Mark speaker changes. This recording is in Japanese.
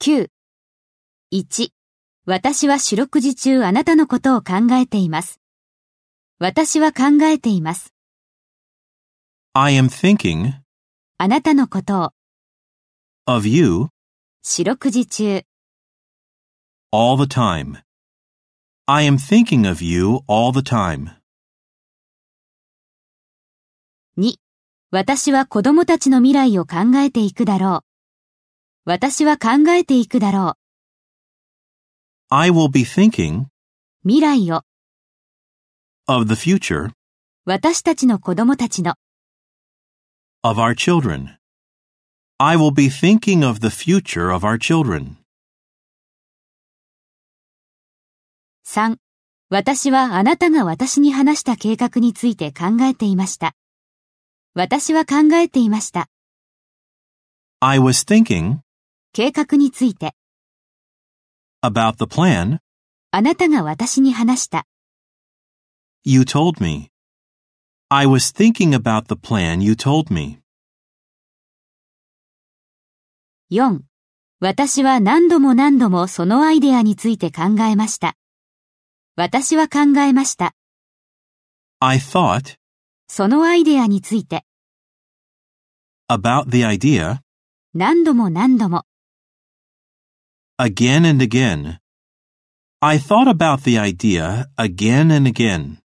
Speaker 1: 9。1、私は四六時中あなたのことを考えています。私は考えています。
Speaker 2: I am thinking
Speaker 1: あなたのことを、
Speaker 2: of you
Speaker 1: 四六時中、
Speaker 2: all the time. I am thinking of you all the time.
Speaker 1: 2、私は子供たちの未来を考えていくだろう。私は考えていくだろ
Speaker 2: I will be thinking
Speaker 1: う。未来を、
Speaker 2: of the future
Speaker 1: 私たちの子供たちの、
Speaker 2: of our children. I will be thinking of the future of our children.
Speaker 1: 3、私はあなたが私に話した計画について考えていました。私は考えていました。
Speaker 2: I was thinking
Speaker 1: 計画について、
Speaker 2: about the plan
Speaker 1: あなたが私に話した。
Speaker 2: you told me. I was thinking about the plan you told me.
Speaker 1: 4、私は何度も何度もそのアイデアについて考えました。私は考えました。
Speaker 2: I thought
Speaker 1: そのアイデアについて、
Speaker 2: about the idea
Speaker 1: 何度も何度も、
Speaker 2: again and again. I thought about the idea again and again.